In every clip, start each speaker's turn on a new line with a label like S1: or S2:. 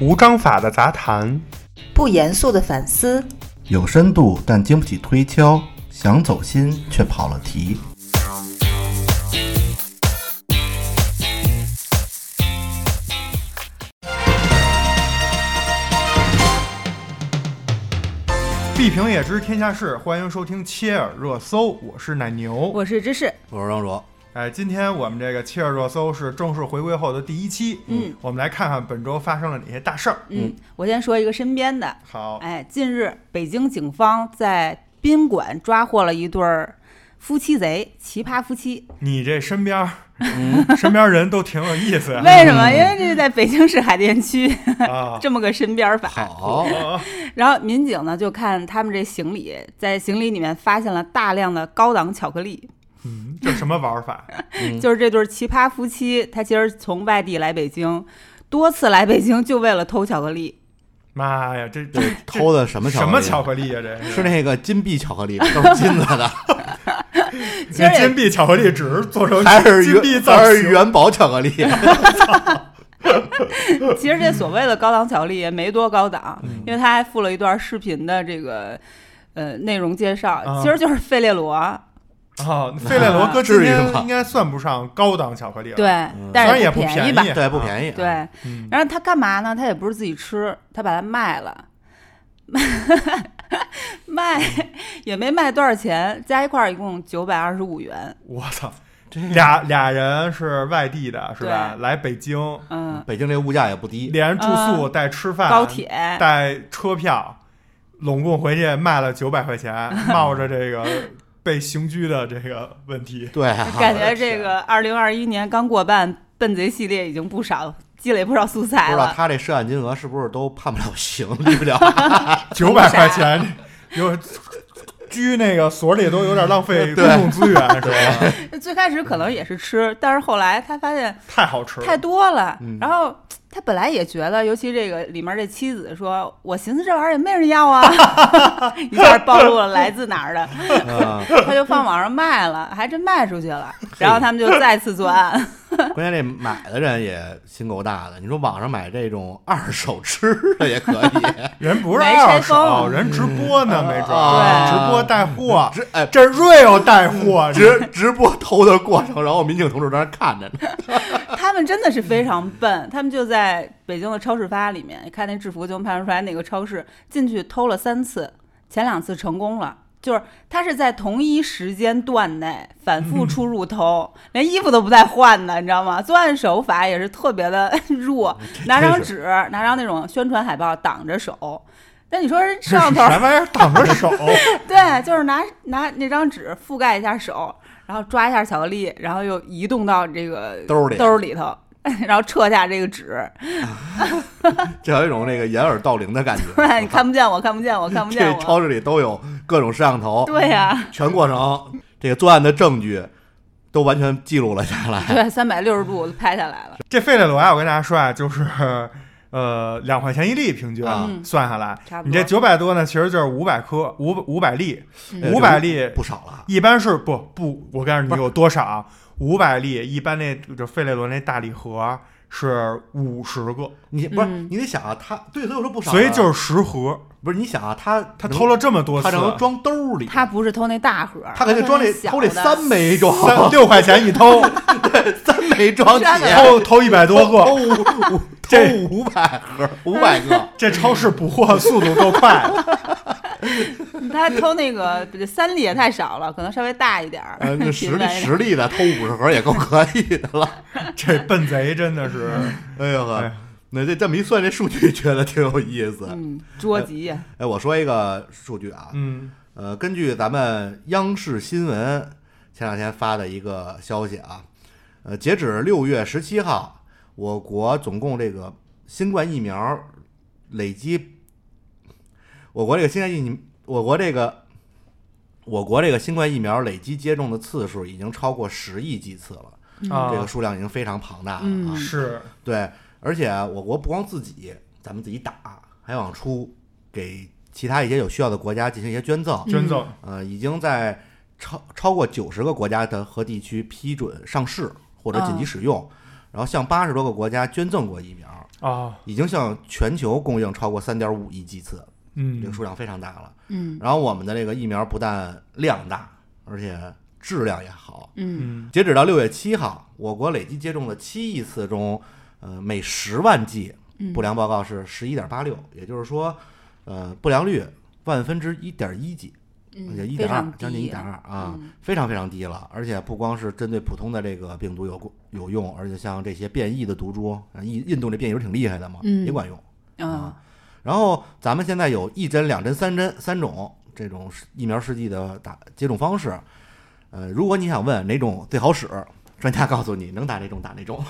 S1: 无章法的杂谈，
S2: 不严肃的反思，
S3: 有深度但经不起推敲，想走心却跑了题。
S1: 必评也知天下事，欢迎收听切尔热搜，我是奶牛。
S4: 我是芝士，
S3: 我是张卓，
S1: 哎，今天我们这个切尔热搜是正式回归后的第一期，
S4: 嗯，
S1: 我们来看看本周发生了哪些大事儿。
S4: 嗯，我先说一个身边的，
S1: 好，
S4: 哎，近日北京警方在宾馆抓获了一对儿夫妻贼，奇葩夫妻。
S1: 你这身边儿、嗯身边人都挺有意思
S4: 为什么？因为这是在北京市海淀 区
S1: 啊。
S4: 这么个身边法。
S3: 好，
S1: 啊
S4: 然后民警呢就看他们这行李，在行李里面发现了大量的高档巧克力。
S1: 嗯，这什么玩法？
S3: 嗯
S4: 就是这对儿奇葩夫妻，他其实从外地来北京，多次来北京就为了偷巧克力。
S1: 妈呀，这这
S3: 这偷的什么巧
S1: 什
S3: 克力？
S1: 么巧克力啊呀、这
S3: 是那个金币巧克力，都是金子 的，
S4: 其实
S1: 那
S4: 也
S1: 金币巧克力只是做成
S3: 还是
S1: 金币
S3: 元
S1: 造
S3: 还是
S1: 型，
S3: 元宝巧克力？
S4: 其实这所谓的高档巧克力也没多高档，因为他还附了一段视频的这个呃内容介绍
S1: 啊，
S4: 其实就是费列罗，
S1: 啊，费列罗 哥今
S3: 至于
S1: 天
S3: 吗
S1: 应该算不上高档巧克力了。
S4: 对，
S1: 当
S4: 但
S1: 然
S4: 是
S1: 也
S4: 不
S1: 便
S4: 宜
S1: 宜啊
S4: 吧？
S3: 对，不便宜。啊
S4: 对，，
S1: 嗯，
S4: 然后他干嘛呢？他也不是自己吃，他把它卖了。 卖也没卖多少钱，加一块儿一共九百二十五元。
S1: 我操，
S3: 这
S1: 俩俩人是外地的，是吧？
S4: 对
S1: 来北京，
S4: 嗯，
S3: 北京这物价也不低，
S1: 连住宿带吃饭、
S4: 高铁
S1: 带车票，拢共回去卖了九百块 钱，冒着这个被刑拘的这个问题。
S3: 对啊，
S4: 感觉这个二零二一年刚过半，笨贼系列已经不少积累不少素
S3: 不
S4: 材
S3: 知道
S4: 了。
S3: 他这涉案金额是不是都判不了刑，立 不了。
S1: 九百块钱，有拘那个所里都有点浪 费公
S3: 对
S1: 共资源，是吧？
S4: 最开始可能也是吃，但是后来他发现
S1: 太好吃
S4: 太
S1: 了，
S4: 多了
S3: 嗯，
S4: 然后他本来也觉得，尤其这个里面这妻子说，我寻思这玩意儿也没人要啊， 一下暴露了来自哪儿的，
S3: 嗯，
S4: 他就放网上卖了，还真卖出去了，然后他们就再次作案，
S3: 关键这买的人也心够大的。你说网上买这种二手吃的也可以，
S1: 人不是
S4: 没拆
S1: 二手，
S4: 封
S1: 人直播呢，没准儿
S3: 啊
S1: 嗯直播带货，
S3: 直哎
S1: 这 real 带货，
S3: 直直播偷的过程，然后民警同志在那看着呢。
S4: 他们真的是非常笨，他们就在北京的超市发里面看那制服，就能判断出来哪个超市进去偷了三次，前两次成功了。就是他是在同一时间段内反复出入偷， 连衣服都不带换的，你知道吗？作案手法也是特别的弱，拿张纸，拿张那种宣传海报挡着手。那你说人摄像头
S1: 啥玩意儿挡着手？
S4: 对，就是拿拿那张纸覆盖一下手，然后抓一下巧克力，然后又移动到这个
S3: 兜里
S4: 兜里头， 然后撤下这个纸，
S3: 这有一种那个掩耳盗铃的感 觉。
S4: 不然你看不见我，看不见我，看不见
S3: 这
S4: 我。
S3: 超市里都有各种摄像头，
S4: 对呀、
S3: 全过程这个作案的证据都完全记录了下来。
S4: 对，三百六十度拍下来了，
S1: 这费列罗啊，我跟大家说啊，就是呃两块钱一粒，平均、
S3: 啊
S1: 算下来，
S4: 差不
S1: 你这
S4: 多。
S1: 九百多呢，其实就是五百颗五五百粒，
S3: 哎
S1: 五百粒
S3: 这不少了，
S1: 一般是不不，我告诉你有多少啊？五百粒，一般那就费列罗那大礼盒是五十个，
S3: 你不是
S4: 嗯
S3: 你得想啊，他对，所以我说不少啊，
S1: 所以就是十盒。
S3: 不是你想啊，他
S1: 他
S3: 能
S1: 偷了这么多次啊
S3: 他，能装兜里，
S4: 他不是偷那大盒儿，
S3: 他肯定装
S4: 那
S3: 这
S4: 小
S3: 偷这
S4: 的
S3: 三 没装，
S1: 三六块钱一偷，
S3: 三没装起，
S4: 三个
S1: 偷偷一百多
S3: 偷
S1: 个，
S3: 五五
S1: 这
S3: 偷五百盒，五百 个，
S1: 这超市补货速度够快。
S4: 他偷那个三粒也太少了，可能稍微大一点儿
S3: 呃，， 那实力
S4: 平凡一点
S3: 实力的偷五十盒也够可以的了。
S1: 这笨贼真的是，
S3: 哎呦
S1: 哎
S3: 呵，那这这么一算，这数据觉得挺有意
S4: 儿
S3: 思。
S4: 嗯，捉急，
S3: 哎，我说一个数据啊，
S1: 嗯
S3: 呃，根据咱们央视新闻前两天发的一个消息啊，呃，截止六月十七号，我国总共这个新冠疫苗累计，我国这个新冠疫，我国这个我国这个新冠疫苗累计接种的次数已经超过十亿剂次了，
S1: 啊，
S3: 嗯这个数量已经非常庞大了啊。
S4: 嗯
S1: 是
S3: 对，而且我国不光自己，咱们自己打，还往出给其他一些有需要的国家进行一些捐赠。
S1: 捐赠。
S3: 呃，已经在超超过九十个国家的和地区批准上市或者紧急使用，然后向八十多个国家捐赠过疫苗，
S1: 哦，
S3: 已经向全球供应超过三点五亿剂次，这
S1: 嗯
S3: 个，数量非常大了。
S4: 嗯
S3: 然后我们的这个疫苗不但量大，而且质量也好。
S4: 嗯
S1: 嗯，
S3: 截止到六月七号，我国累计接种的七亿次中，呃，每十万剂
S4: 嗯
S3: 不良报告是十一点八六，也就是说，呃，不良率万分之一点一几，也一
S4: 嗯非
S3: 点二
S4: 常，
S3: 将近一
S4: 低
S3: 点二啊，
S4: 嗯
S3: 非常非常低了。而且不光是针对普通的这个病毒有有用，而且像这些变异的毒株，啊印印度这变异不是挺厉害的嘛，
S4: 嗯
S3: 也管用。啊
S4: 嗯
S3: 然后咱们现在有一针、两针、三针三种这种疫苗试剂的打接种方式。呃，如果你想问哪种最好使，专家告诉你能打哪种打哪种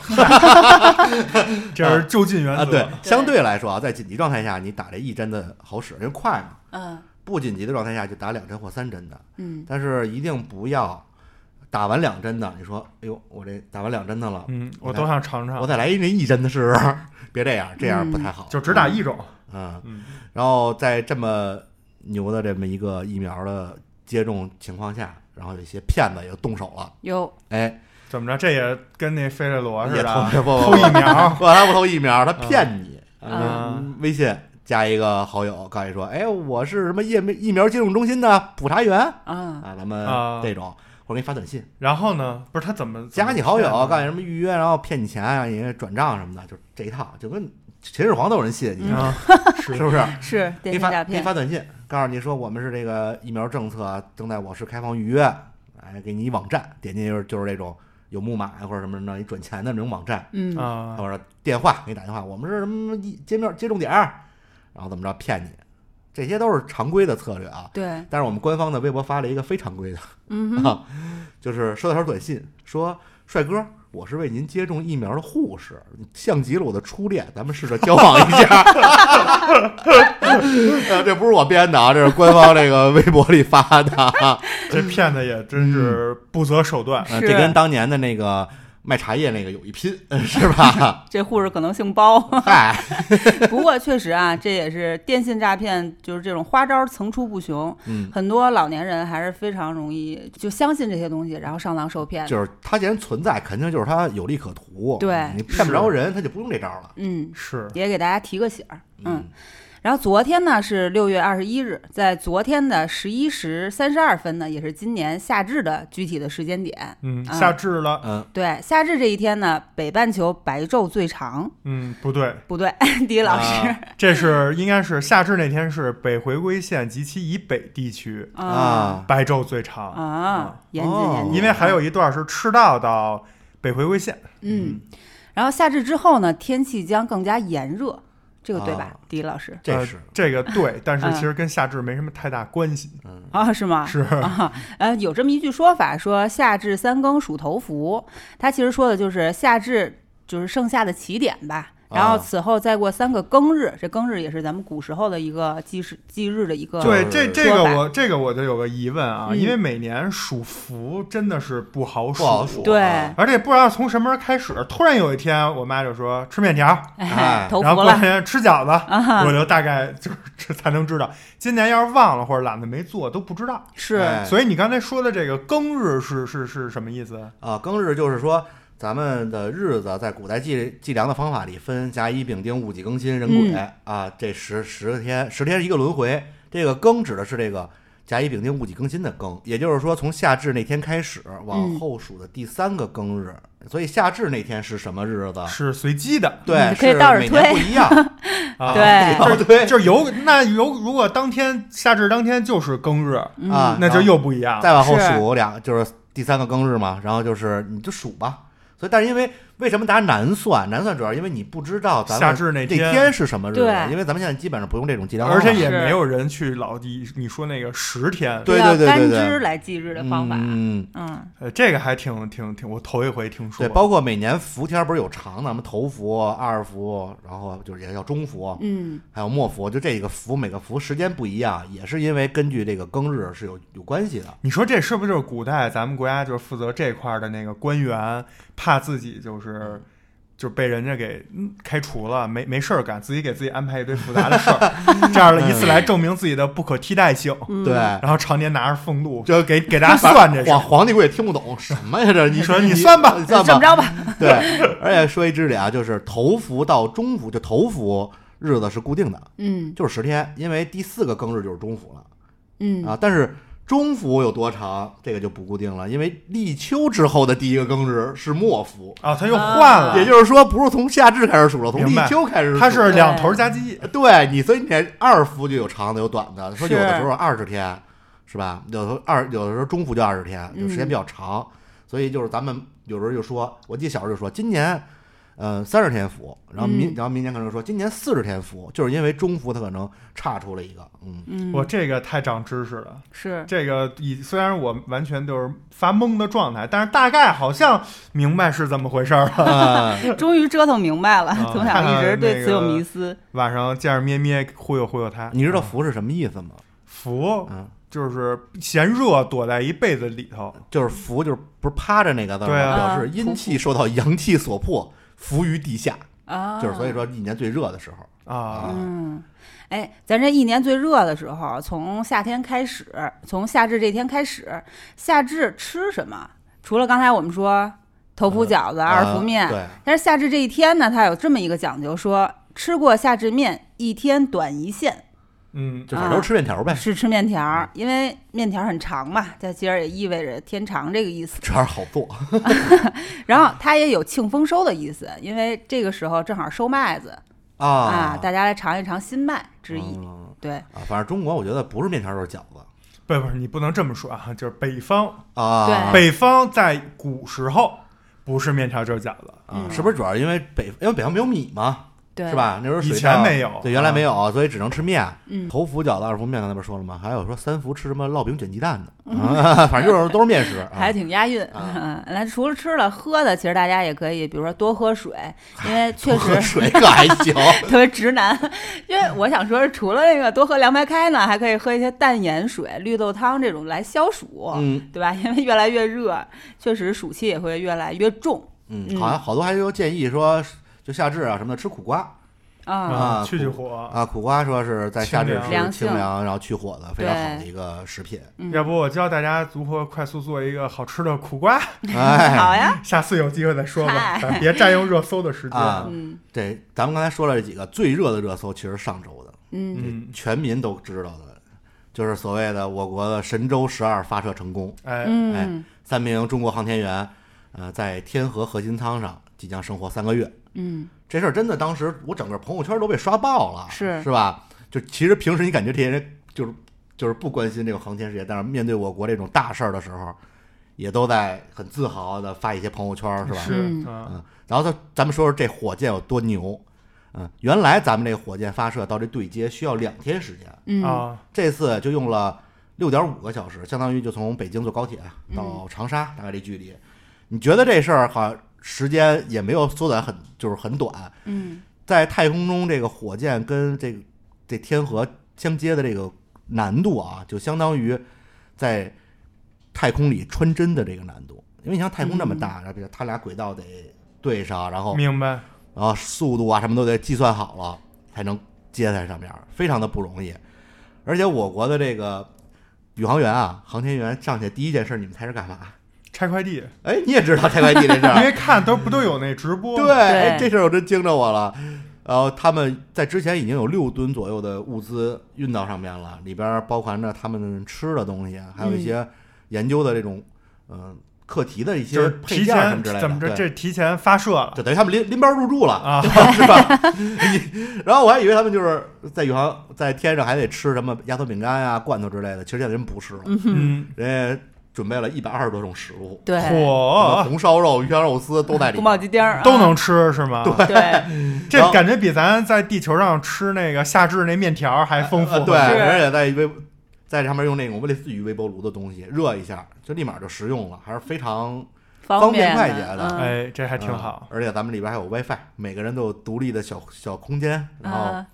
S1: 这是就近原
S3: 啊。
S1: 则
S3: 对，，相对来说啊，在紧急状态下，你打这一针的好使，因为快嘛。
S4: 嗯
S3: 不紧急的状态下就打两针或三针的，
S4: 嗯
S3: 但是一定不要打完两针的。你说，哎呦，我这打完两针的了，
S1: 嗯，我都想尝
S3: 我
S1: 尝，
S3: 再来一针一针的试试， 别这样，这样不太好。
S1: 就只打一种，
S3: 嗯，
S1: 嗯，
S3: 然后在这么牛的这么一个疫苗的接种情况下，然后有一些骗子也动手了，
S4: 有
S3: 哎，
S1: 怎么着，这也跟那费列罗似
S3: 也
S1: 的，
S3: 投不
S1: 偷疫苗，
S3: 不，他不投疫苗，他骗你，
S1: 啊
S3: 嗯微信加一个好友，告诉你说，哎，我是什么疫苗疫苗接种中心的普查员啊，
S4: 嗯
S3: 咱们
S1: 啊
S3: 这种。或者给你发短信，
S1: 然后呢，不是他怎么啊
S3: 加你好友，啊告诉你
S1: 什
S3: 什么预约，然后骗你钱，让你转账什么的，就这一套，就跟秦始皇都有人信，你
S1: 么
S3: 说
S1: 啊？
S3: 是不是？
S4: 是
S3: 给你
S4: 电信
S3: 发
S4: 诈
S3: 给你
S4: 骗，
S3: 发短信，告诉你说我们是这个疫苗政策正在我市开放预约，哎，给你一网站，点进去就是就是这种有木马呀或者什么让你转钱的那种网站，
S4: 嗯
S1: 啊，
S3: 或者电话给你打电话，我们是什么疫接面接种点儿，然后怎么着骗你，这些都是常规的策略啊。
S4: 对，
S3: 但是我们官方的微博发了一个非常规的，
S4: 嗯哼，
S3: 啊，就是收到条短信说：“帅哥，我是为您接种疫苗的护士，像极了我的初恋，咱们试着交往一下。 呃”这不是我编的啊，这是官方这个微博里发的、啊。
S1: 这骗子也真是不择手段，
S3: 呃
S4: 是
S3: 这跟当年的那个卖茶叶那个有一拼，是 吧？
S4: 这护士可能姓包。
S3: 嗨，
S4: 不过确实啊，这也是电信诈骗，就是这种花招层出不穷，
S3: 嗯，
S4: 很多老年人还是非常容易就相信这些东西，然后上当受骗。
S3: 就是它既然存在，肯定就是它有利可图。
S4: 对
S3: 你骗不着人，他就不用这招了。
S4: 嗯，
S1: 是
S4: 也给大家提个醒儿。嗯，，然后昨天呢是六月二十一日，在昨天的十一时三十二分呢，也是今年夏至的具体的时间点。
S1: 嗯，
S4: 啊
S1: 夏至了，
S3: 嗯，
S4: 对，夏至这一天呢，北半球白昼最长。
S1: 嗯，不对，
S4: 不对， 迪老师，
S1: 这是应该是夏至那天是北回归线及其以北地区
S3: 啊
S4: 啊
S3: 啊，
S1: 白昼最长，
S4: 啊，严谨
S3: 哦
S4: 严谨，
S1: 因为还有一段是赤道到北回归线，
S4: 嗯，然后夏至之后呢，天气将更加炎热，这个对吧
S3: 啊，
S4: 迪老师？
S3: 这
S1: 呃
S3: 是
S1: 这个对，但是
S4: 嗯
S1: 其实跟夏至没什么太大关系，
S3: 嗯
S4: 啊，是吗？
S1: 是
S4: 啊，呃，有这么一句说法，说夏至三更属头伏，它其实说的就是夏至就是盛夏的起点吧。然后
S3: 啊
S4: 此后再过三个庚日，这庚日也是咱们古时候的一个记时记日的一个，
S1: 对，
S3: 嗯
S1: 这这个我这个我就有个疑问啊，
S4: 呃嗯
S1: 因为每年数伏真的是不好数，
S3: 不好数。
S4: 对
S3: 啊
S1: 而且不知道从什么时候开始，突然有一天，我妈就说吃面条，
S4: 哎，头
S1: 然后
S4: 伏
S1: 过两
S4: 了，
S1: 天吃饺子，
S4: 啊哈
S1: 我就大概就是 这才能知道。今年要是忘了或者懒得没做都不知道。
S4: 是
S3: 哎
S1: 所以你刚才说的这个庚日是是是什么意思？
S3: 啊，庚日就是说咱们的日子在古代计计量的方法里分甲乙丙丁戊己庚辛壬癸、
S4: 嗯
S3: 啊，这十十天十天是一个轮回。这个庚指的是这个甲乙丙丁戊己庚辛的庚，也就是说从夏至那天开始往
S4: 嗯
S3: 后数的第三个庚日。所以夏至那天是什么日子？
S1: 是随机的
S3: 对，哦
S4: 你可以
S3: 是
S4: 倒着
S3: 每年
S4: 推
S3: 不一样。
S1: 啊。
S4: 对
S3: 倒着推
S1: 就是有那有，如果当天夏至当天就是庚日，
S4: 嗯
S3: 啊
S1: 那就又不一样了。
S3: 再往后
S4: 是
S3: 数两，就是第三个庚日嘛，然后就是你就数吧。所以，但是因为为什么大家难算？难算主要因为你不知道咱
S1: 夏
S3: 们
S1: 至那
S3: 这
S1: 天
S3: 天是什么日子
S4: 对，
S3: 因为咱们现在基本上不用这种计量方
S1: 而
S3: 法，
S1: 且也
S4: 是
S1: 没有人去老地你说那个十天，
S3: 对
S4: 要
S3: 对对
S4: 干
S3: 对对
S4: 支来记日的方法，
S3: 嗯，
S4: 嗯，
S1: 呃，这个还挺挺挺，我头一回听说。
S3: 对，包括每年伏天不是有长的，什么头伏、二伏，然后就是也叫中伏，
S4: 嗯，
S3: 还有末伏，就这几个伏，每个伏时间不一样，也是因为根据这个庚日是有有关系的。
S1: 你说这是不是就是古代咱们国家就是负责这块儿的那个官员，怕自己就是就被人家给嗯开除了，没没事儿干，自己给自己安排一堆复杂的事儿，这样的以此来证明自己的不可替代性，
S4: 嗯
S3: 对，
S1: 然后常年拿着俸禄，就给给大家算这事
S3: 皇
S1: 儿。
S3: 皇帝贵也听不懂什么呀？这你
S1: 说
S3: 你
S1: 你算吧
S3: 你
S4: 这
S3: 算吧，
S4: 么着 吧，
S3: 对，而且说一知理啊，就是头伏到中伏，就头伏日子是固定的，
S4: 嗯
S3: 就是十天，因为第四个庚日就是中伏了。
S4: 嗯，
S3: 啊，但是中伏有多长，这个就不固定了，因为立秋之后的第一个庚日是末伏，
S1: 啊，他又换了，
S3: 也就是说不是从夏至开始数了，从立
S1: 明白
S3: 秋开始数。
S1: 他是两头夹击，
S3: 对你，所以你看二伏就有长的有短的，说
S4: 是
S3: 有的时候二十天是吧？有的时候二有的时候中伏就二十天，就时间比
S4: 嗯
S3: 较长，所以就是咱们有时候就说，我记得小时候就说今年。呃，三十天伏，然后明，
S4: 嗯
S3: 然后明年可能说今年四十天伏，就是因为中伏它可能差出了一个，嗯，
S4: 嗯
S1: 我这个太长知识了。
S4: 是
S1: 这个以虽然我完全就是发懵的状态，但是大概好像明白是怎么回事儿了。
S3: 啊
S4: 终于折腾明 白了
S1: 啊，
S4: 从小一直对此有迷 思。
S1: 晚上见着咩咩忽悠忽悠他，
S3: 你知道伏是什么意思吗？
S1: 伏
S3: 嗯，
S1: 就是嫌热躲在一被子里头，
S3: 就是伏，就是不是趴着那个字儿吗
S1: 对啊
S3: 表示阴气受到阳气所迫，伏于地下，
S4: 啊，
S3: 就是所以说一年最热的时候。
S1: 啊，
S4: 嗯，哎，咱这一年最热的时候，从夏天开始，从夏至这天开始，夏至吃什么？除了刚才我们说头伏饺子、二伏面，
S3: 呃啊对，
S4: 但是夏至这一天呢，它有这么一个讲究，说吃过夏至面，一天短一线，
S1: 嗯，
S3: 就反正都吃面条呗，
S4: 啊是吃面条儿，因为面条儿很长嘛，在今儿也意味着天长这个意思。
S3: 这样好做。
S4: 然后它也有庆丰收的意思，因为这个时候正好收麦子啊，
S3: 啊，
S4: 大家来尝一尝新麦之意。
S3: 嗯
S4: 对，
S3: 啊，反正中国我觉得不是面条就是饺子
S1: 不是不是，你不能这么说啊，就是北方，
S3: 啊。
S1: 北方在古时候不是面条就是饺子，
S3: 啊，
S4: 嗯
S3: 是不是主要因为北因为北方没有米嘛，
S4: 对，
S3: 是？吧？那时候水
S1: 以前
S3: 稻
S1: 没有
S3: 对，原来没有，所以只能吃面。
S4: 嗯
S3: 头伏饺子、二伏面，刚才不是说了吗？还有说三伏吃什么烙饼卷鸡蛋的，啊 反正就是都是面 食。啊
S4: 嗯还挺押韵，嗯，那除了吃了喝的，其实大家也可以，比如说多喝水，因为确
S3: 多 喝
S4: 实
S3: 水可还 行，
S4: 特别直男。 因为我想说，除了那个多喝凉白开呢，还可以喝一些淡盐水、绿豆汤这种来消暑，
S3: 嗯，
S4: 对吧？ 因为越来越热，确实暑气也会越来越重
S3: 嗯，
S4: 嗯
S3: 好像好多还有建议说，就夏至啊什么的吃苦瓜
S4: 啊。
S3: 啊
S1: 嗯去去火。
S3: 啊，苦瓜说是在夏至
S1: 清
S4: 凉
S3: 是清凉，然后去火的，非常好的一个食 品。
S4: 嗯
S1: 要不我教大家如何快速做一个好吃的苦瓜，
S3: 哎，
S4: 好呀，
S1: 下次有机会再说吧，
S4: 嗨
S1: 咱别占用热搜的时间。
S3: 啊
S4: 嗯
S3: 对，咱们刚才说了这几个最热的热搜，其实上周的，
S4: 嗯
S1: 嗯，
S3: 全民都知道的，就是所谓的我国的神舟十二发射成功，
S1: 哎，
S4: 嗯
S3: 三名中国航天员，呃，在天河核心舱上即将生活三个月。
S4: 嗯，
S3: 这事儿真的，当时我整个朋友圈都被刷爆了，
S4: 是
S3: 是吧？就其实平时你感觉这些人就是就是不关心这个航天事业，但是面对我国这种大事儿的时候，也都在很自豪的发一些朋友圈，是吧？
S1: 是
S4: 嗯
S1: 啊，
S3: 嗯，然后咱咱们说说这火箭有多牛，嗯，原来咱们这火箭发射到这对接需要两天时间，
S4: 嗯
S1: 啊，
S3: 这次就用了六点五个小时，相当于就从北京坐高铁啊到长沙，大概这距离。你觉得这事儿好像时间也没有缩短很，就是很短。
S4: 嗯
S3: 在太空中，这个火箭跟这个这天河相接的这个难度啊，就相当于在太空里穿针的这个难度。因为你像太空这么大，然后比如它俩轨道得对上，然后
S1: 明白。
S3: 然后速度啊什么都得计算好了，才能接在上面，非常的不容易。而且我国的这个宇航员啊，航天员上去第一件事，你们猜是干嘛？
S1: 拆快递，
S3: 哎，你也知道拆快递这事
S1: 因
S3: 儿，
S1: 为看都不都有那直播吗，
S3: 对，哎这事儿我真惊着我了。然后他们在之前已经有六吨左右的物资运到上面了，里边包含着他们吃的东西，还有一些研究的这种嗯、呃课题的一
S1: 就
S3: 些
S1: 是
S3: 配
S1: 提
S3: 件什
S1: 前
S3: 么之类的。
S1: 怎么着，
S3: 对
S1: 这提前发射了
S3: 就等于他们拎拎包入住了
S1: 啊
S3: 是吧？ 你然后我还以为他们就是在宇航在天上还得吃什么压缩饼干呀、啊罐头之类的，其实现在人不是了，
S1: 嗯，
S3: 人家准备了一百二十多种食物，
S4: 对，
S3: 什么
S1: 嚯，
S3: 红烧肉、鱼香肉丝都在里
S4: 哦
S3: 面
S4: 宫保。鸡丁儿啊
S1: 都能吃是吗？ 对，
S4: 对，
S1: 这
S3: 然后
S1: 感觉比咱在地球上吃那个夏至那面条还丰富
S3: 呃。对，
S4: 是
S3: 而且在微在上面用那种类似于微波炉的东西热一下，就立马就食用了，还是非常方便
S4: 便
S3: 快捷的
S4: 嗯
S1: 哎，这还挺好。
S3: 嗯而且咱们里边还有 WiFi，每个人都有独立的小小空间，然后
S4: 啊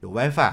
S3: 有 WiFi，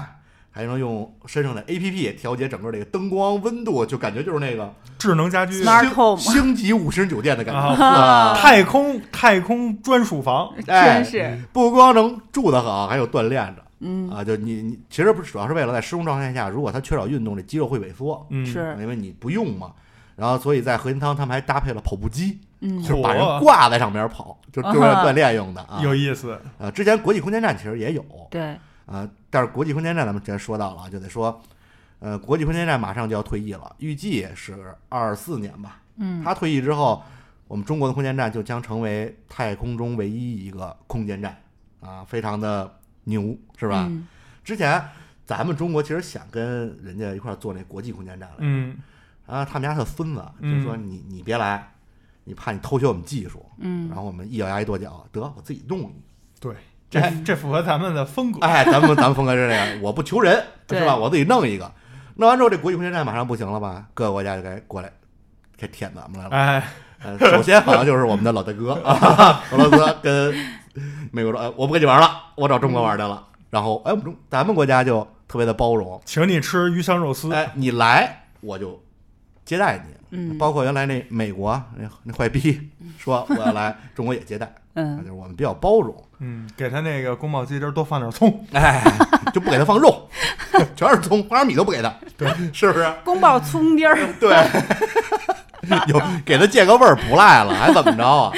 S3: 还能用身上的 APP 调节整个这个灯光、温度，就感觉就是那个
S1: 智能家居
S4: Smart
S3: 星
S4: home
S3: 星级五星酒店的感觉。
S4: 啊
S1: 太空太空专属房，
S3: 哎
S4: 真是，
S3: 不光能住得好，还有锻炼着
S4: 嗯，
S3: 啊！就你你其实不是主要是为了在失重状态下，如果它缺少运动，这肌肉会萎缩，
S1: 嗯，
S4: 是
S3: 因为你不用嘛。然后所以在核心舱他们还搭配了跑步机，
S4: 嗯
S3: 就是把人
S1: 嚯
S3: 挂在上边跑，就就是为了
S4: 啊哈
S3: 锻炼用的 啊。
S1: 有意思，
S3: 呃，之前国际空间站其实也有，
S4: 对，
S3: 呃，但是国际空间站咱们之前说到了啊，就得说，呃，国际空间站马上就要退役了，预计是二四年吧。
S4: 嗯
S3: 它退役之后，我们中国的空间站就将成为太空中唯一一个空间站啊，非常的牛，是
S4: 是
S3: 吧？之前咱们中国其实想跟人家一块儿做那国际空间站来着，
S1: 嗯，
S3: 啊，他们家的孙子
S4: 嗯
S3: 就说你你别来，你怕你偷学我们技术，
S4: 嗯
S3: 然后我们一咬牙一跺脚，得我自己弄你。
S1: 对，这这符合咱们的风格，
S3: 哎，咱们咱们风格是这样，我不求人，
S4: 对
S3: 是吧？我自己弄一个，弄完之后这国际空间站马上不行了吧？各个国家就该过来，该舔咱们来了。
S1: 哎，
S3: 呃，首先好像就是我们的老大哥啊，俄罗斯跟美国说，哎，我不跟你玩了，我找中国玩去了。然后，哎，我们中咱们国家就特别的包容，
S1: 请你吃鱼香肉丝，
S3: 哎，你来我就接待你。
S4: 嗯
S3: 包括原来那美国啊那那坏逼说我要来，中国也接待，就
S4: 嗯
S3: 是我们比较包容，
S1: 嗯，给他那个宫保鸡丁多放点葱，
S3: 哎，就不给他放肉， 全是葱，花生米都不给他，对，是不是？
S4: 宫爆葱丁儿，
S3: 对， 有给他借个味儿不赖了，还怎么着啊？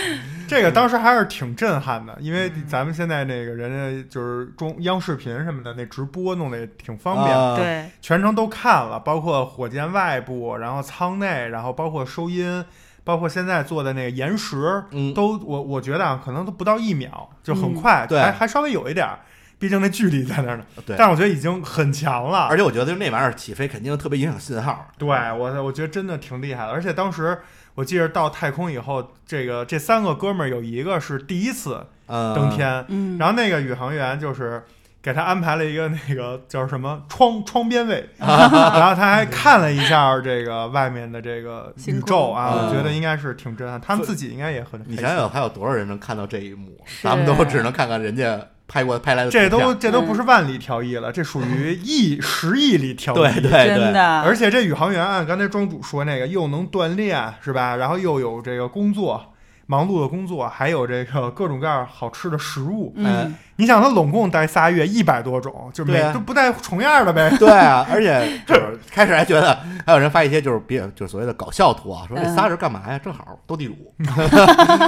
S1: 这个当时还是挺震撼的，因
S3: 嗯
S1: 为咱们现在那个人家就是中央视频什么的那直播弄得也挺方便，
S3: 啊，
S4: 对，
S1: 全程都看了，包括火箭外部，然后舱内，然后包括收音，包括现在做的那个延时，
S3: 嗯，
S1: 都我我觉得啊，可能都不到一秒，就很快，
S3: 对
S1: 还还稍微有一点儿，毕竟那距离在那儿呢。
S3: 对。
S1: 但是我觉得已经很强了
S3: 而。且我觉得那玩意儿起飞肯定特别影响信号。
S1: 对我，我觉得真的挺厉害的。而且当时我记得到太空以后，这个这三个哥们儿有一个是第一次
S3: 呃，
S1: 登天，
S4: 嗯，
S1: 然后那个宇航员就是给他安排了一个那个叫什么窗窗边 位，然后他还看了一下这个外面的这个宇
S4: 星
S1: 宙
S4: 空
S1: 啊，
S3: 嗯
S1: 我觉得应该是挺震撼。他们自己应该也很
S3: 你
S1: 开
S3: 想
S1: 心。
S3: 想还有多少人能看到这一幕？咱们都只能看看人家拍过拍来的图
S1: 这
S3: 片。
S1: 都这都不是万里挑一了，这属于亿十亿里挑一。
S3: 对对
S4: 真
S3: 对，
S4: 的，
S1: 而且这宇航员按刚才庄主说那个，又能锻炼是吧？然后又有这个工作，忙碌的工作，还有这个各种各样好吃的食物。
S4: 嗯
S1: 你想，他拢共待仨月，一百多种，就每
S3: 对啊
S1: 都不带重样的呗。
S3: 对啊，而且就是开始还觉得还有人发一些就是别就是所谓的搞笑图啊，说
S4: 嗯
S3: 这仨人干嘛呀？正好斗地 主。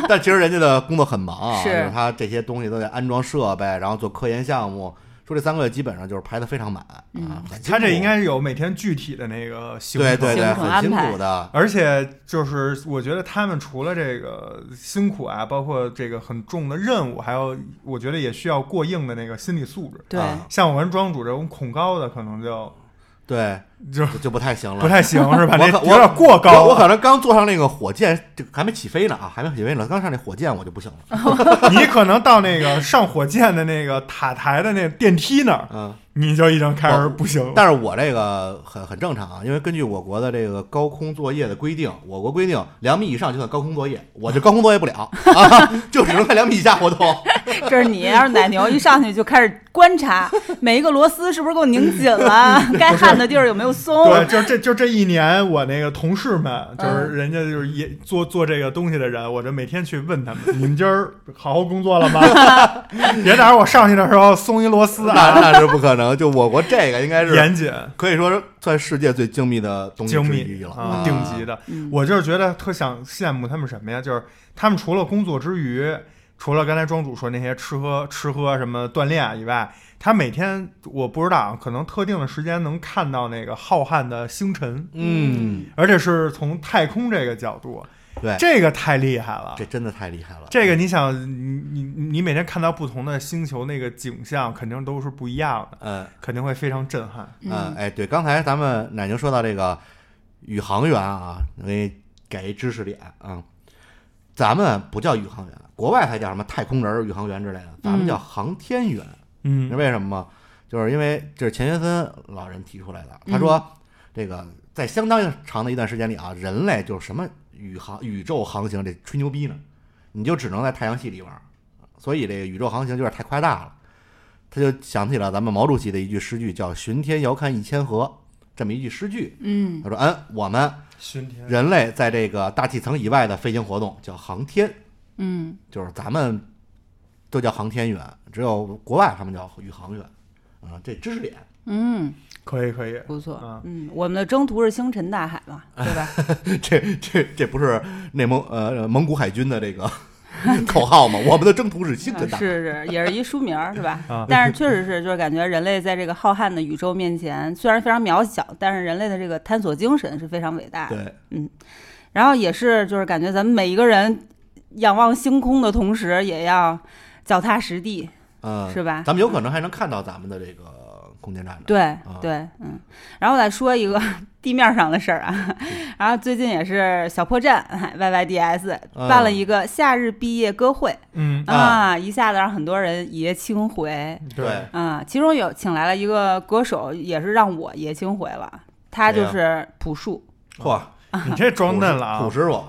S3: 但其实人家的工作很忙啊，
S4: 是
S3: 就是他这些东西都得安装设备，然后做科研项目。说这三个月基本上就是排的非常满啊
S4: 嗯，
S3: 很辛
S1: 他
S3: 苦
S1: 这应该是有每天具体的那个行程。
S3: 对对对
S4: 行程
S3: 很辛
S4: 安
S3: 苦
S4: 排
S3: 的，
S1: 而且就是，我觉得他们除了这个辛苦啊，包括这个很重的任务，还有我觉得也需要过硬的那个心理素质。
S4: 对，
S3: 啊
S1: 像我跟庄主这种恐高的，可能就
S3: 对
S1: 就
S3: 就就不太行了，
S1: 不太行，是 吧？
S3: 我
S1: 那
S3: 可
S1: 有点过高啊
S3: 我我
S1: 了。
S3: 可能刚坐上那个火箭，这个还没起飞呢啊，还没起飞呢，刚上那火箭我就不行了。
S1: 你可能到那个上火箭的那个塔台的那电梯那儿，
S3: 嗯，
S1: 你就已经开始不行了。
S3: 但是我这个很很正常啊，因为根据我国的这个高空作业的规定，我国规定两米以上就算高空作业，我这高空作业不了啊， 就只能在两米以下活 动。
S4: 这是你，要是奶牛一上去就开始观察每一个螺丝是不是给我拧紧了，该焊的地儿有没有松，
S1: 对，就这就这一年，我那个同事们，就是人家就是也做做这个东西的人，我就每天去问他们：“你们今儿好好工作了吗？别到时候我上去的时候松一螺丝啊
S3: 那那是不可能，就我国这个应！”该是
S1: 严谨、
S3: 可以说是算世界最精密的东西
S1: 精
S3: 之
S1: 密
S3: 一了，
S1: 啊，
S3: 啊
S1: 顶级的。我就是觉得特想羡慕他们什么呀？就是他们除了工作之余，除了刚才庄主说那些吃喝吃喝什么锻炼啊以外，他每天我不知道啊，可能特定的时间能看到那个浩瀚的星辰，
S3: 嗯，
S1: 而且是从太空这个角度，
S3: 对
S1: 这个太厉害了。
S3: 这真的太厉害了。
S1: 这个你想，你你你每天看到不同的星球那个景象，肯定都是不一样的，
S3: 嗯。
S1: 肯定会非常震撼。
S3: 嗯，哎，对，刚才咱们奶牛说到这个宇航员啊，我给你给一知识点啊、咱们不叫宇航员，国外才叫什么太空人儿、宇航员之类的，咱们叫航天员。你知
S1: 嗯
S3: 道为什么吗？就是因为这是钱学森老人提出来的，他说、这个在相当长的一段时间里啊，人类就是什么宇航、宇宙航行这吹牛逼呢，你就只能在太阳系里玩儿，所以这个宇宙航行有点太夸大了。他就想起了咱们毛主席的一句诗句，叫“巡天遥看一千河”这么一句诗句。
S4: 嗯
S3: 他说：“嗯，我们
S1: 巡天
S3: 人类在这个大气层以外的飞行活动叫航天，
S4: 嗯
S3: 就是咱们都叫航天员，只有国外他们叫宇航员。”啊，这知识点
S4: 嗯，
S1: 可以可以，
S4: 不错
S1: 啊，
S4: 嗯，我们的征途是星辰大海嘛，对吧？
S3: 这这这不是内蒙呃蒙古海军的 这个口号吗？我们哎的征途是星辰大海。
S4: 啊是是，也是一书名儿，是吧？
S1: 啊
S4: 但是确实是，就是感觉人类在这个浩瀚的宇宙面前，虽然非常渺小，但是人类的这个探索精神是非常伟大的。
S3: 对，
S4: 然后也是，就是感觉咱们每一个人仰望星空的同时，也要脚踏实地，
S3: 嗯、
S4: 是吧？
S3: 咱们有可能还能看到咱们的这个空间站的。
S4: 对对，嗯，然后再说一个 地面上的事儿啊，然后最近也是小破站哎 YYDS
S3: 嗯
S4: 办了一个夏日毕业歌会
S1: 嗯，
S4: 啊，一下子让很多人爷青回
S1: 对，
S4: 啊，其中有请来了一个歌手，也是让我爷青回了，他就
S3: 谁
S4: 是朴树，
S3: 嚯，
S1: 你这装嫩了
S3: 朴
S1: 啊，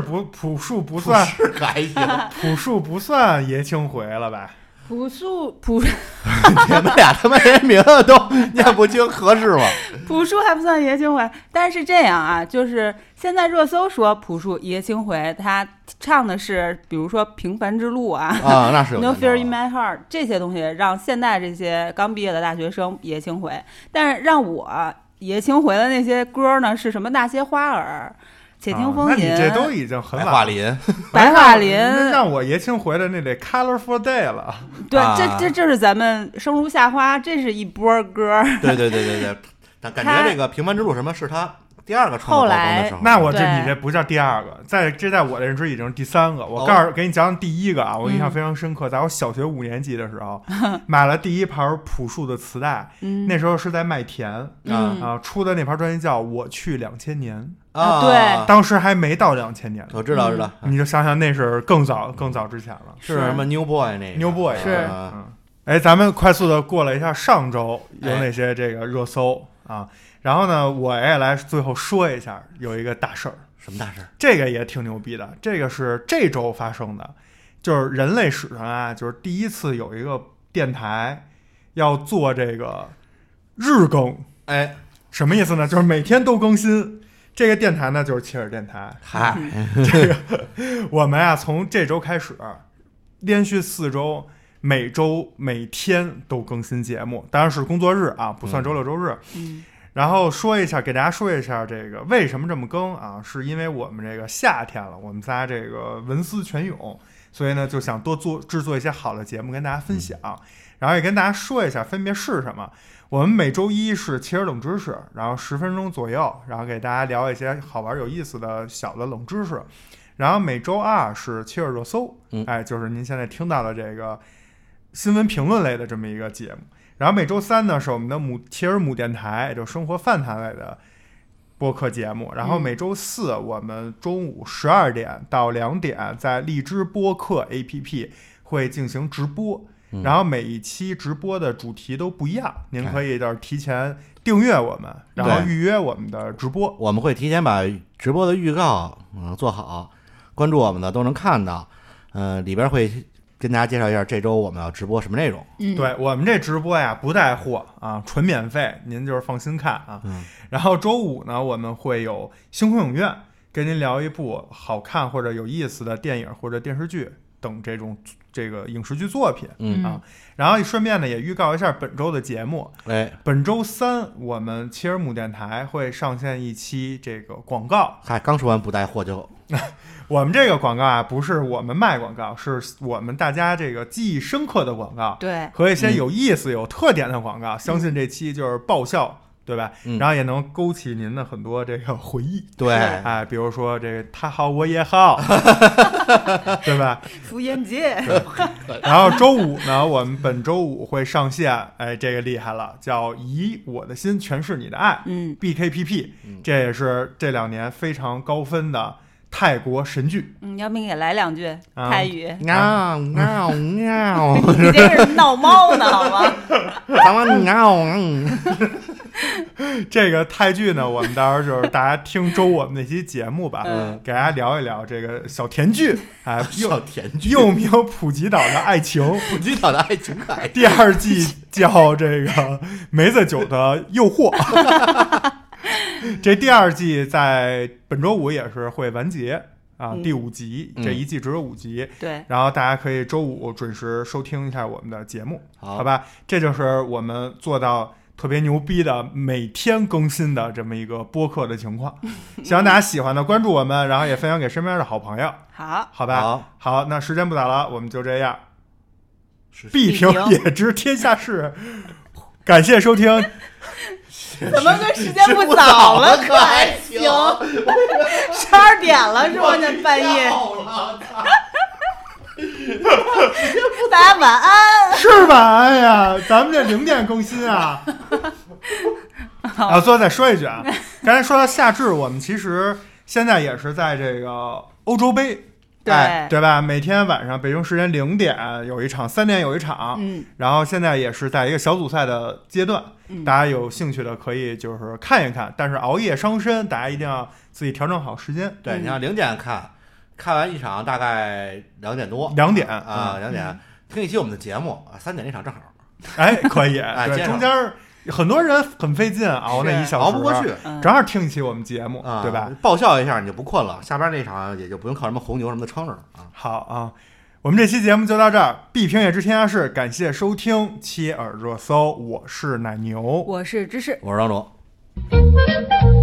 S1: 朴树
S3: 傅，
S1: 不朴树不
S3: 朴
S1: 算
S3: 师傅还行，
S1: 朴树不算爷青回了吧？
S4: 朴树朴
S3: 你们俩他妈连名字都念不清，合适吗？
S4: 朴树还不算爷青回，但是这样啊，就是现在热搜说朴树爷青回，他唱的是比如说《平凡之路》啊。
S3: 啊， 那是有
S4: No
S3: 难度
S4: fear
S3: 的
S4: in my heart 这些东西让现在这些刚毕业的大学生爷青回，但是让我爷青回的那些歌呢是什么？那些花儿，且听风
S1: 啊
S4: 吟，
S1: 那你这都已经很
S3: 白
S1: 晚
S3: 桦
S1: 了。
S3: 哎林，
S4: 白桦林，
S1: 那让我爷青回的那得 Colorful Day 了，
S4: 对，
S3: 啊
S4: 这这这是咱们生如夏花，这是一波歌。
S3: 对对对对对，但感
S4: 他
S3: 觉这个平凡之路什么是他第二个创作高峰的时候，
S1: 那我这
S4: 对
S1: 你这不叫第二个，在这在我的认知已经是第三个。
S3: 哦
S1: 我告诉给你讲讲第一个啊，我印象
S4: 嗯
S1: 非常深刻，在我小学五年级的时 候买了第一盘朴树的磁带，
S4: 嗯，
S1: 那时候是在麦田
S4: 嗯
S1: 啊出的那盘专辑叫《我去两千年
S4: 啊对》，
S1: 当时还没到两千年呢，
S3: 我知道知道，
S1: 你就想想那是更早更早之前了。
S3: 嗯是什么 New Boy 那个
S1: New Boy
S4: 是
S3: 哎啊
S1: 嗯，哎，咱们快速的过了一下上周有
S3: 哎
S1: 哪些这个热搜、啊，然后呢，我也来最后说一下有一个大事儿，
S3: 什么大事？
S1: 这个也挺牛逼的，这个是这周发生的，就是人类史上啊，就是第一次有一个电台要做这个日更，
S3: 哎，
S1: 什么意思呢？就是每天都更新。这个电台呢，就是切尔电台。
S3: 嗨，
S1: 我们啊，从这周开始，连续四周，每周每天都更新节目，当然是工作日啊，不算周六周日。
S4: 嗯
S1: 然后说一下，给大家说一下这个为什么这么更啊？是因为我们这个夏天了，我们仨这个文思泉涌，所以呢就想多做制作一些好的节目跟大家分享，然后也跟大家说一下分别是什么。我们每周一是切尔冷知识，然后十分钟左右，然后给大家聊一些好玩有意思的小的冷知识。然后每周二是切尔热搜，
S3: 嗯
S1: 哎，就是您现在听到的这个新闻评论类的这么一个节目。然后每周三呢是我们的母切尔姆电台，也就是生活饭堂类的播客节目。然后每周四我们中午十二点到两点在荔枝播客 APP 会进行直播。
S3: 嗯
S1: 然后每一期直播的主题都不一样，您
S3: 哎
S1: 可以就是提前订阅我们，然后
S3: 对
S1: 预约我们的直播。
S3: 我们会提前把直播的预告嗯做好，关注我们的都能看到，嗯，里边会跟大家介绍一下这周我们要直播什么内容。
S4: 嗯，
S1: 对我们这直播呀，不带货啊，纯免费，您就是放心看啊。
S3: 嗯
S1: 然后周五呢，我们会有星空影院跟您聊一部好看或者有意思的电影或者电视剧等这种这个影视剧作品。
S3: 嗯
S1: 啊然后顺便呢，也预告一下本周的节目。
S3: 哎，
S1: 本周三，我们切尔姆电台会上线一期这个广告。
S3: 嗨，刚说完不带货就
S1: 我们这个广告啊，不是我们卖广告，是我们大家这个记忆深刻的广告。
S4: 对，
S1: 和一
S3: 嗯
S1: 些有意思、有特点的广告，相信这期就是爆笑，对吧？
S3: 嗯
S1: 然后也能勾起您的很多这个回忆，
S3: 对，
S1: 哎，比如说这个他好我也 好，对吧？
S4: 福音节，
S1: 然后周五呢，我们本周五会上线，哎，这个厉害了，叫《以我的心诠释你的爱
S4: 嗯》
S1: （BKPP），这
S3: 嗯
S1: 也是这两年非常高分的泰国神剧。
S4: 嗯，要不你也来两句
S1: 啊
S4: 泰语？
S3: 喵喵喵，
S4: 你这是闹猫呢，好吗？
S3: 咱们喵，嗯
S1: 这个泰剧呢，我们到时候就是大家听周我们那期节目吧，
S4: 嗯
S1: 给大家聊一聊这个小甜剧，哎，
S3: 小甜剧，
S1: 又名《普吉岛的爱情》，
S3: 普吉岛的爱情海，
S1: 第二季叫这个《梅子酒的诱惑》。这第二季在本周五也是会完结啊，
S4: 嗯
S1: 第五集，
S3: 嗯
S1: 这一季只有五集，
S4: 对，
S1: 然后大家可以周五准时收听一下我们的节目，
S3: 好
S1: 好吧？这就是我们做到特别牛逼的每天更新的这么一个播客的情 况。希望大家喜欢的关注我们，然后也分享给身边的好朋友，
S4: 好，
S1: 好吧？
S3: 好，
S1: 好，那时间不早了，我们就这样，
S3: 是
S1: 必
S4: 必评
S1: 评也知天下事。感谢收听，
S4: 怎么跟时间不早
S3: 早
S4: 了？
S3: 可还
S4: 行，十二点了是吧？那半夜，
S3: 笑了操
S4: 大家晚安。
S1: 是吧？哎呀，咱们这零点更新 啊！啊，最后再说一句啊，刚才说到夏至，我们其实现在也是在这个欧洲杯，
S4: 对
S1: 哎对吧？每天晚上北京时间零点有一场，三点有一场，
S4: 嗯，
S1: 然后现在也是在一个小组赛的阶段，
S4: 嗯
S1: 大家有兴趣的可以就是看一看，但是熬夜伤身，大家一定要自己调整好时间。
S4: 嗯
S3: 对，你像零点看，看完一场大概两点多，
S1: 两点嗯
S3: 啊，，两点听一期我们的节目，啊三点那场正好
S1: 哎，可 以，
S3: 接
S1: 对，
S3: 上
S1: 中间儿很多人很费劲熬那一
S4: 是
S1: 小时，啊
S3: 熬不过去，
S4: 嗯
S1: 正好听一期我们节目，
S3: 啊，
S1: 对吧？？
S3: 爆笑一下你就不困了，下边那场也就不用靠什么红牛什么的撑着了啊。
S1: 好啊，我们这期节目就到这儿，必评也知天下事，感谢收听，切耳热搜，我是奶牛，
S4: 我是芝士。
S3: 我是张总。
S5: Thank you.